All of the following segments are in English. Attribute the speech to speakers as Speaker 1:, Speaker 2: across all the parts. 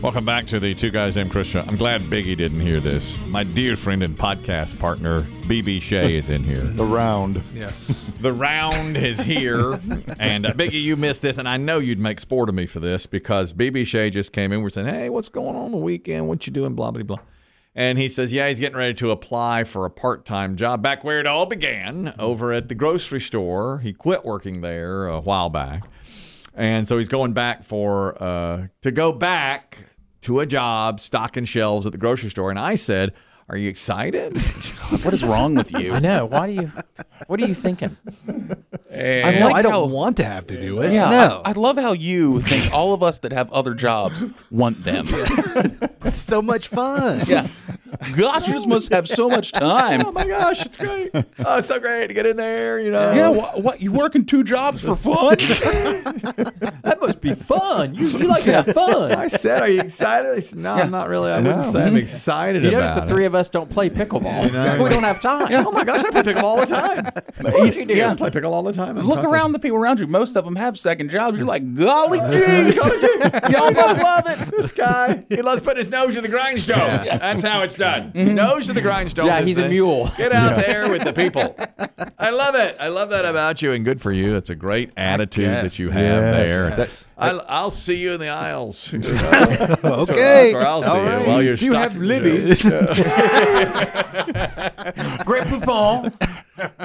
Speaker 1: Welcome back to the Two Guys Named Chris show. I'm glad Biggie didn't hear this. My dear friend and podcast partner, BB Shea, is in here.
Speaker 2: The round.
Speaker 3: Yes.
Speaker 1: The round is here. and uh, Biggie, you missed this. And I know you'd make sport of me for this because BB Shea just came in. We're saying, hey, what's going on the weekend? What you doing? Blah, blah, blah. And he says, yeah, he's getting ready to apply for a part time job back where it all began over at the grocery store. He quit working there a while back. And so he's going back for, uh, to go back to a job stocking shelves at the grocery store. And I said, are you excited?
Speaker 4: What is wrong with you?
Speaker 5: I know. Why do you? What are you thinking?
Speaker 3: I,
Speaker 1: like
Speaker 3: I don't
Speaker 1: how-
Speaker 3: want to have to do it.
Speaker 4: Yeah,
Speaker 3: No.
Speaker 4: I, I love how you think all of us that have other jobs want them.
Speaker 3: it's so much fun.
Speaker 4: yeah. Gosh, you just must have so much
Speaker 1: Oh
Speaker 4: time.
Speaker 1: my gosh, it's great. Oh, it's so great to get in there, you know.
Speaker 4: Yeah, what, what you working two jobs for fun?
Speaker 5: That must be fun. You, you like to have fun.
Speaker 1: I said, are you excited? He said, no, I'm not really. I wouldn't say I'm excited
Speaker 5: You
Speaker 1: about
Speaker 5: notice the three of us don't play pickleball. We don't have time.
Speaker 1: it. Oh my gosh, I play pickle all the time.
Speaker 5: What you do?
Speaker 1: I play pickle all the time. I'm
Speaker 4: Look
Speaker 1: constantly-
Speaker 4: around the people around you. Most of them have second jobs. You're like, golly gee, y'all must love it.
Speaker 1: This guy, he loves putting his nose to the grindstone. That's how it's done. Nose to the grindstone.
Speaker 5: Yeah,
Speaker 1: this
Speaker 5: he's a
Speaker 1: thing.
Speaker 5: mule.
Speaker 1: Get out there with the people. I love it. I love that about you, and good for you. That's a great attitude
Speaker 3: guess.
Speaker 1: that you have
Speaker 2: Yes.
Speaker 1: there.
Speaker 2: That-
Speaker 1: I'll, I'll see you in the aisles.
Speaker 3: Okay.
Speaker 1: Or I'll see
Speaker 3: All
Speaker 1: you
Speaker 3: right.
Speaker 1: while you're
Speaker 3: Do you
Speaker 1: stuck,
Speaker 3: have
Speaker 1: you know.
Speaker 3: Libby's?
Speaker 5: Great poupon.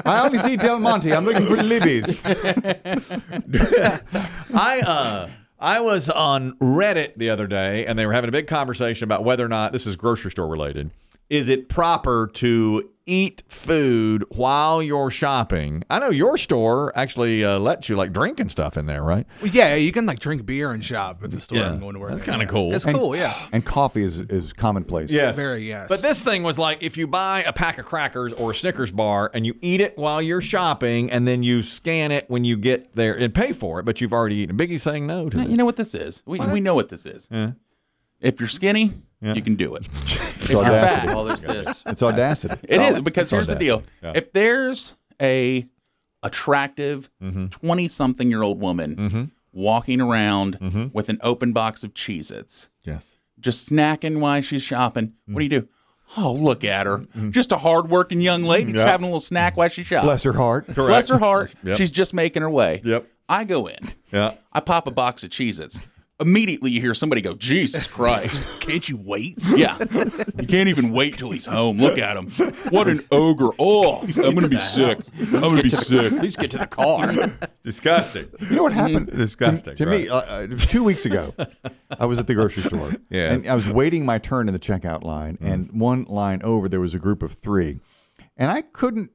Speaker 2: I only see Del Monte. I'm looking for Libby's.
Speaker 1: I uh I was on Reddit the other day and they were having a big conversation about whether or not this is grocery store related. Is it proper to eat food while you're shopping? I know your store actually uh, lets you like drink and stuff in there, right?
Speaker 3: yeah, you can like drink beer and shop at the store and going to work.
Speaker 1: That's kinda cool.
Speaker 3: It's
Speaker 1: And-
Speaker 3: cool, yeah.
Speaker 2: And coffee is, is commonplace.
Speaker 1: Yes.
Speaker 3: Very yes.
Speaker 1: But this thing was like if you buy a pack of crackers or a Snickers bar and you eat it while you're shopping and then you scan it when you get there and pay for it, but you've already eaten. Biggie's saying no to
Speaker 4: You
Speaker 1: it.
Speaker 4: know what this is? We, we know what this is. If you're skinny, you can do it.
Speaker 2: It's audacity.
Speaker 5: Well, there's this.
Speaker 2: It's audacity.
Speaker 4: It is
Speaker 1: all-
Speaker 4: because
Speaker 1: all
Speaker 4: here's the
Speaker 1: that.
Speaker 4: deal:
Speaker 1: Yeah.
Speaker 4: if there's a attractive
Speaker 1: Mm-hmm.
Speaker 4: 20 something year old woman walking around
Speaker 1: Mm-hmm.
Speaker 4: with an open box of Cheez-Its,
Speaker 1: Yes.
Speaker 4: just snacking while she's shopping, what do you do? Oh, look at her!
Speaker 1: Mm-hmm.
Speaker 4: Just a hardworking young lady, just having a little snack while she shops.
Speaker 2: Bless her heart.
Speaker 4: Bless her heart.
Speaker 1: Yep.
Speaker 4: She's just making her way.
Speaker 1: Yep.
Speaker 4: I go in.
Speaker 1: Yeah.
Speaker 4: I pop a box of Cheez-Its. Immediately, you hear somebody go, "Jesus Christ!"
Speaker 3: Can't you wait?
Speaker 4: Yeah. You can't even wait till he's home. Look at him. What an ogre. Oh, I'm going to be sick. I'm going to be sick.
Speaker 5: Please get to the car.
Speaker 1: Disgusting.
Speaker 2: You know what happened?
Speaker 1: Disgusting,
Speaker 2: To, to me, uh, uh, two weeks ago, I was at the grocery store.
Speaker 1: Yeah.
Speaker 2: And I was waiting my turn in the checkout line, and one line over, there was a group of three. And I couldn't,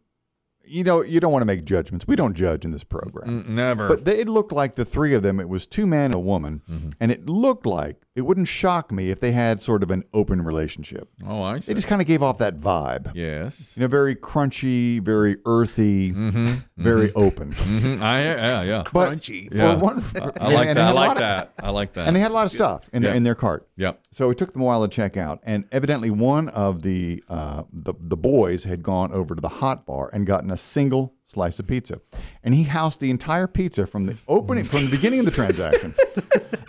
Speaker 2: you know, you don't want to make judgments. We don't judge in this program.
Speaker 1: Never.
Speaker 2: But they, it looked like the three of them, it was two men and a woman,
Speaker 1: Mm-hmm.
Speaker 2: and it looked like it wouldn't shock me if they had sort of an open relationship.
Speaker 1: oh, I see.
Speaker 2: It just kind of gave off that vibe.
Speaker 1: yes.
Speaker 2: You know, very crunchy, very earthy,
Speaker 1: Mm-hmm.
Speaker 2: very open.
Speaker 1: Mhm. I, yeah, yeah.
Speaker 2: But
Speaker 3: Crunchy.
Speaker 2: For
Speaker 1: Yeah.
Speaker 2: one, for-
Speaker 1: I like
Speaker 2: and they
Speaker 1: that. I
Speaker 2: had a lot
Speaker 1: like
Speaker 2: of-
Speaker 1: that. I like that.
Speaker 2: And they had a lot of stuff in, their,
Speaker 1: Yeah.
Speaker 2: in their cart.
Speaker 1: yep.
Speaker 2: So it took them a while to check out, and evidently one of the uh, the the boys had gone over to the hot bar and gotten a single slice of pizza, and he housed the entire pizza from the opening from the beginning of the transaction.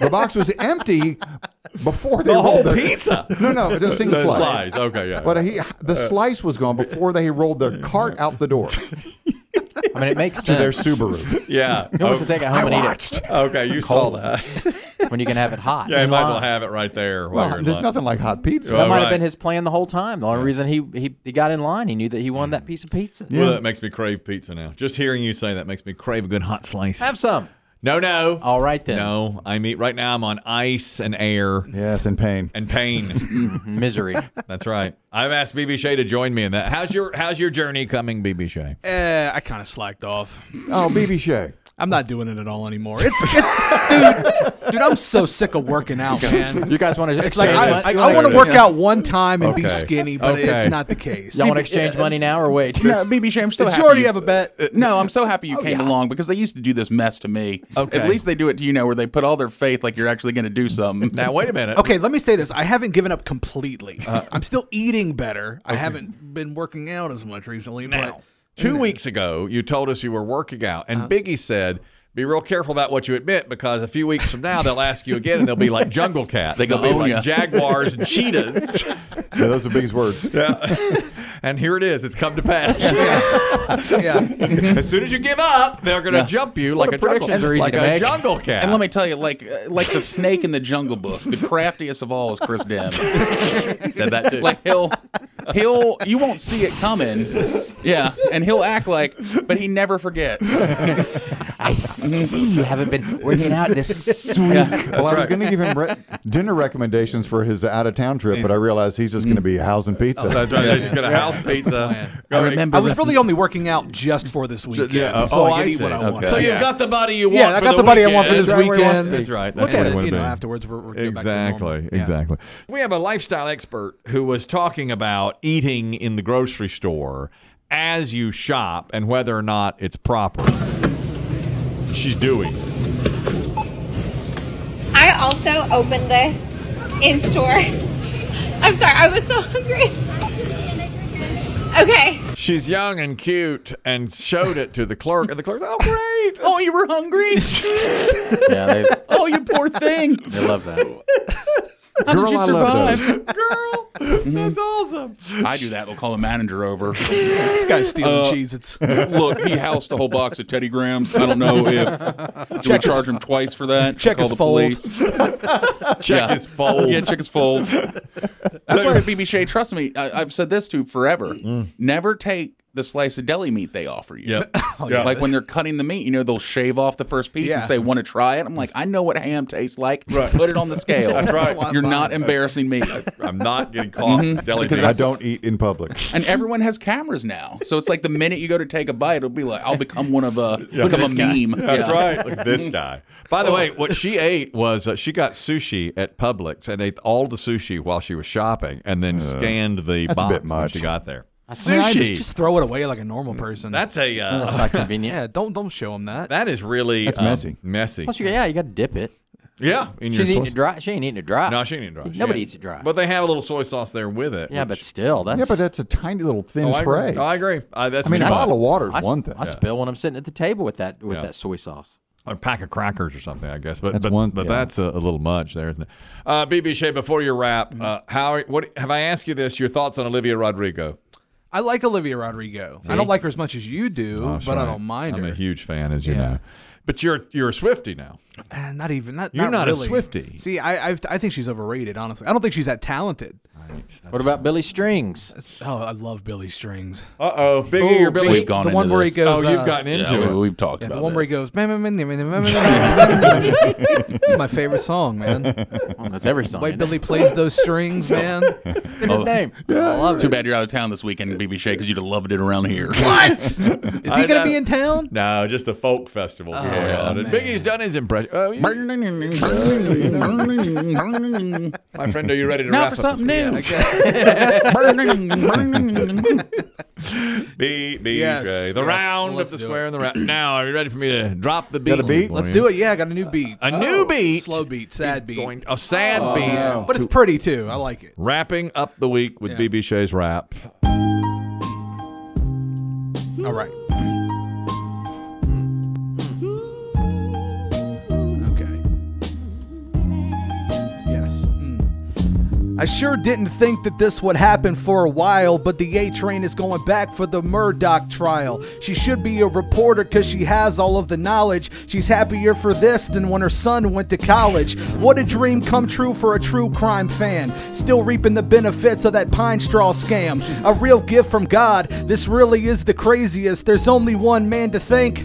Speaker 2: the box was empty before they
Speaker 1: The whole
Speaker 2: rolled their-
Speaker 1: pizza.
Speaker 2: No, no, it was a single
Speaker 1: The
Speaker 2: slice.
Speaker 1: slice. Uh. Okay, yeah.
Speaker 2: But he, the slice was gone before they rolled their cart out the door to
Speaker 5: I mean, it makes sense.
Speaker 2: their Subaru.
Speaker 1: yeah. Oh,
Speaker 5: Who wants to take it home and eat
Speaker 1: okay, you saw that.
Speaker 5: it when you can have it hot?
Speaker 1: Yeah, you
Speaker 5: in
Speaker 1: might as well
Speaker 5: line?
Speaker 1: have it right there. While
Speaker 2: Well,
Speaker 1: you're in
Speaker 2: there's
Speaker 1: line.
Speaker 2: nothing like hot pizza.
Speaker 1: Well,
Speaker 5: That might
Speaker 1: Right.
Speaker 5: have been his plan the whole time. The only reason he, he he got in line, he knew that he won that piece of pizza.
Speaker 1: Well, that makes me crave pizza now. Just hearing you say that makes me crave a good hot slice.
Speaker 5: Have some.
Speaker 1: no, no.
Speaker 5: All right then.
Speaker 1: No, I mean, right now I'm on ice and air
Speaker 2: Yes, in pain.
Speaker 1: and pain.
Speaker 5: Misery.
Speaker 1: That's right. I've asked BB Shea to join me in that. How's your How's your journey coming, BB Shea?
Speaker 3: Eh, I kind of slacked off.
Speaker 2: Oh, BB Shea.
Speaker 3: I'm not doing it at all anymore. It's, it's dude, dude. I'm so sick of working out, man.
Speaker 5: You guys want to
Speaker 3: It's like I, I, I want to work out one time and be
Speaker 1: Okay.
Speaker 3: skinny, but
Speaker 1: Okay.
Speaker 3: it's not the case.
Speaker 5: Y'all want to exchange money now or wait?
Speaker 4: No, BB Shane, I'm so
Speaker 3: Did
Speaker 4: happy. Uh,
Speaker 3: you already have a bet?
Speaker 4: No, I'm so happy you came along because they used to do this mess to me.
Speaker 1: Okay.
Speaker 4: At least they do it to you now where they put all their faith like you're actually going to do something.
Speaker 1: Now, wait a minute.
Speaker 3: Okay, let me say this. I haven't given up completely.
Speaker 1: Uh,
Speaker 3: I'm still eating better. I haven't been working out as much recently.
Speaker 1: Now,
Speaker 3: But
Speaker 1: Uh-huh. two weeks ago, you told us you were working out, and Biggie said be real careful about what you admit because a few weeks from now they'll ask you again and they'll be like jungle cats. They'll
Speaker 4: gonna
Speaker 1: be
Speaker 3: "Oh,
Speaker 4: own
Speaker 1: like
Speaker 4: ya.
Speaker 1: jaguars and cheetahs.
Speaker 2: Yeah, those are biggest words.
Speaker 1: and here it is. It's come to pass.
Speaker 3: yeah.
Speaker 1: as soon as you give up, they're going to jump you like a
Speaker 5: predictions
Speaker 1: jungle,
Speaker 5: are easy
Speaker 1: like
Speaker 5: to
Speaker 1: a
Speaker 5: make.
Speaker 1: jungle cat.
Speaker 4: And let me tell you, like uh, like the snake in the Jungle Book, the craftiest of all is Chris Demme.
Speaker 1: said that too.
Speaker 4: Like he'll he'll you won't see it coming, yeah, and he'll act like, but he never forgets.
Speaker 5: I see you haven't been working out this week.
Speaker 2: Well, I was going to give him re- dinner recommendations for his out of town trip, but I realized he's just going to be housing pizza.
Speaker 1: That's right. They're just going to house pizza.
Speaker 3: plan.
Speaker 1: Go ahead.
Speaker 4: remember
Speaker 3: I was really only working out just for this weekend.
Speaker 1: Yeah.
Speaker 3: so
Speaker 1: oh,
Speaker 3: I could
Speaker 1: I
Speaker 3: eat
Speaker 1: see.
Speaker 3: what I
Speaker 1: Okay.
Speaker 3: wanted.
Speaker 1: So
Speaker 4: Yeah.
Speaker 1: you've got the body you want.
Speaker 3: Yeah, I
Speaker 1: for
Speaker 3: got the body I want for
Speaker 1: weekend.
Speaker 3: this
Speaker 5: That's right where it wants
Speaker 3: weekend.
Speaker 5: to be.
Speaker 1: That's right. That's
Speaker 3: Look
Speaker 1: what
Speaker 3: at
Speaker 1: it
Speaker 3: it.
Speaker 1: would
Speaker 3: You know,
Speaker 1: be.
Speaker 3: afterwards we're, we're gonna go back to
Speaker 1: Exactly.
Speaker 3: normal. Yeah.
Speaker 1: Exactly. We have a lifestyle expert who was talking about eating in the grocery store as you shop and whether or not it's proper. She's doing. it.
Speaker 6: I also opened this in store. I'm sorry, I was so hungry. Okay.
Speaker 1: She's young and cute and showed it to the clerk, and the clerk's oh great.
Speaker 4: Oh, you were hungry?
Speaker 5: yeah, they,
Speaker 4: Oh, you poor thing.
Speaker 5: they love that.
Speaker 2: Girl,
Speaker 4: you
Speaker 2: I love those.
Speaker 1: girl. That's awesome.
Speaker 4: I do that. We'll call the manager over.
Speaker 3: This guy's stealing cheese. It's
Speaker 4: Look, he housed a whole box of Teddy Grahams. I don't know if do we charge him twice for that.
Speaker 3: Check
Speaker 4: Call
Speaker 3: his fold.
Speaker 1: Check
Speaker 4: Yeah.
Speaker 1: his phone.
Speaker 4: Yeah, check his fold. That's why at BB Shea, trust me, I, I've said this to forever.
Speaker 5: Mm.
Speaker 4: Never take the slice of deli meat they offer you.
Speaker 1: Yep.
Speaker 3: yeah.
Speaker 4: Like when they're cutting the meat, you know, they'll shave off the first piece and
Speaker 3: Yeah.
Speaker 4: say, Want to try it? I'm like, I know what ham tastes like.
Speaker 1: Right.
Speaker 4: Put it on the scale.
Speaker 1: That's right.
Speaker 4: You're not embarrassing me.
Speaker 1: I'm not getting caught. Deli
Speaker 2: I
Speaker 1: meat.
Speaker 2: don't eat in public.
Speaker 4: And everyone has cameras now. So it's like the minute you go to take a bite, it'll be like, I'll become one of a, become a meme.
Speaker 1: That's
Speaker 4: Yeah.
Speaker 1: right. Look at this guy. By
Speaker 2: Oh.
Speaker 1: the way, what she ate was uh, she got sushi at Publix and ate all the sushi while she was shopping, and then scanned the
Speaker 2: that's a
Speaker 1: box
Speaker 2: bit
Speaker 1: when
Speaker 2: much.
Speaker 1: she got there.
Speaker 3: I mean, I
Speaker 1: Sushi.
Speaker 3: just, just throw it away like a normal person.
Speaker 1: that's a
Speaker 5: That's
Speaker 1: uh,
Speaker 5: not convenient.
Speaker 3: yeah. Don't don't show him that.
Speaker 1: that is really
Speaker 2: That's
Speaker 1: um,
Speaker 2: messy.
Speaker 1: Messy.
Speaker 5: Plus, you, yeah, you got to dip it.
Speaker 1: Yeah, in
Speaker 5: She's
Speaker 1: your
Speaker 5: eating
Speaker 1: soy-
Speaker 5: it dry. She ain't eating it dry.
Speaker 1: No, she didn't eat it dry. She
Speaker 5: Nobody
Speaker 1: ate-
Speaker 5: eats it dry.
Speaker 1: But they have a little soy sauce there with it.
Speaker 5: yeah, but
Speaker 1: which-
Speaker 5: still, that's
Speaker 2: Yeah, but that's a tiny little thin
Speaker 1: Oh, I
Speaker 2: tray.
Speaker 1: agree. Oh, I agree. Uh, that's
Speaker 2: I mean, a
Speaker 1: too much.
Speaker 2: bottle of water is
Speaker 5: I s-
Speaker 2: one thing.
Speaker 5: I spill when I'm sitting at the table with that with
Speaker 1: Yeah.
Speaker 5: that soy sauce.
Speaker 1: a pack of crackers or something, I guess. But
Speaker 2: That's
Speaker 1: but,
Speaker 2: one-
Speaker 1: but
Speaker 2: yeah.
Speaker 1: that's a, a little much there, isn't it? Uh, BB Shea, before you wrap,
Speaker 3: Mm-hmm.
Speaker 1: uh, how what have I asked you this? Your thoughts on Olivia Rodrigo?
Speaker 3: I like Olivia Rodrigo. I don't like her as much as you do, but I don't mind
Speaker 1: I'm a
Speaker 3: her.
Speaker 1: huge fan, as you know. But you're you're a Swifty now.
Speaker 3: Eh, not even not.
Speaker 1: You're not a
Speaker 3: really.
Speaker 1: Swiftie.
Speaker 3: See, I I've, I think she's overrated. Honestly, I don't think she's that talented.
Speaker 5: What about Billy Strings?
Speaker 3: That's- oh, I love Billy Strings.
Speaker 1: Uh oh, Biggie or Billy?
Speaker 4: We've gone
Speaker 3: the
Speaker 4: into
Speaker 3: one where he
Speaker 4: this.
Speaker 3: goes.
Speaker 1: oh, you've
Speaker 3: uh,
Speaker 1: gotten into
Speaker 4: Yeah,
Speaker 1: it.
Speaker 4: we, have talked
Speaker 3: yeah,
Speaker 4: about
Speaker 3: the one where he
Speaker 4: this.
Speaker 3: goes. It's my favorite song, man.
Speaker 5: Oh, that's every song.
Speaker 3: White
Speaker 5: isn't
Speaker 3: Billy plays those strings, man.
Speaker 5: it? in his name.
Speaker 4: It's Too bad you're out of town this weekend, BB Shay, because you'd have loved it around here.
Speaker 3: What? Is he
Speaker 1: know.
Speaker 3: gonna be in town?
Speaker 1: No, just the folk festival
Speaker 3: Oh,
Speaker 1: going on. And Biggie's done his impression. Oh, you- my friend, are you ready to
Speaker 4: Now
Speaker 1: wrap
Speaker 4: for
Speaker 1: up
Speaker 4: something new.
Speaker 1: B B
Speaker 3: Yes,
Speaker 1: J, the
Speaker 3: yes,
Speaker 1: round of
Speaker 3: let's
Speaker 1: the
Speaker 3: do
Speaker 1: square and the round. Now, are you ready for me to drop the beat?
Speaker 2: a beat?
Speaker 3: Let's do it. Yeah, I got a new beat. Oh,
Speaker 1: A new beat.
Speaker 3: Slow beat,
Speaker 1: He's
Speaker 3: sad beat. Oh,
Speaker 1: going- a sad beat.
Speaker 3: But it's pretty too. I like it.
Speaker 1: Wrapping up the week with
Speaker 3: Yeah.
Speaker 1: BB Shay's rap. Hmm.
Speaker 3: All right. Hmm. Okay. Yes. Mm. I sure didn't think that this would happen for a while, but the A train is going back for the Murdoch trial. She should be a reporter because she has all of the knowledge. She's happier for this than when her son went to college. What a dream come true for a true crime fan. Still reaping the benefits of that pine straw scam. A real gift from God. This really is the craziest. There's only one man to thank.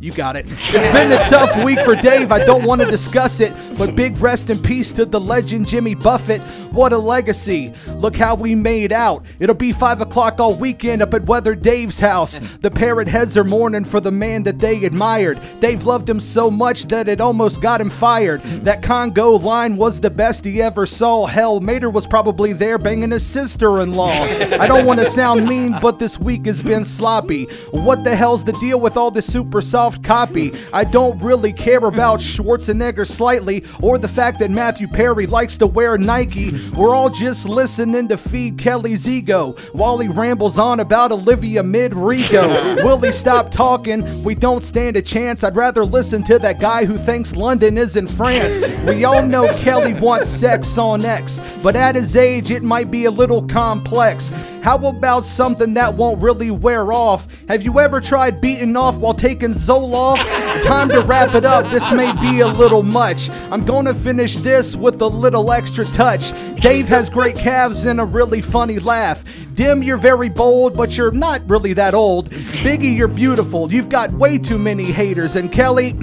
Speaker 3: You got it. It's been a tough week for Dave. I don't want to discuss it, but big rest in peace to the legend Jimmy Buffett. What a legacy. Look how we made out. It'll be 5 o'clock all weekend up at Weather Dave's house. The parrot heads are mourning for the man that they admired. Dave loved him so much that it almost got him fired. That Congo line was the best he ever saw. Hell, Mater was probably there banging his sister in law. I don't want to sound mean, but this week has been sloppy. What the hell's the deal with all this super soft copy? I don't really care about Schwarzenegger slightly. or the fact that Matthew Perry likes to wear Nike, we're all just listening to feed Kelly's ego while he rambles on about Olivia Midrigo. Will he stop talking? We don't stand a chance. I'd rather listen to that guy who thinks London is in France. We all know Kelly wants sex on X, but at his age, it might be a little complex. How about something that won't really wear off? Have you ever tried beating off while taking Zoloft? Time to wrap it up. This may be a little much. I'm gonna finish this with a little extra touch. Dave has great calves and a really funny laugh. Dim, you're very bold, but you're not really that old. Biggie, you're beautiful. You've got way too many haters. And Kelly,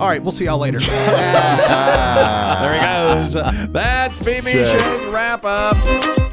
Speaker 3: all right, we'll see y'all later.
Speaker 1: Ah. There he goes. That's BB Show's wrap up.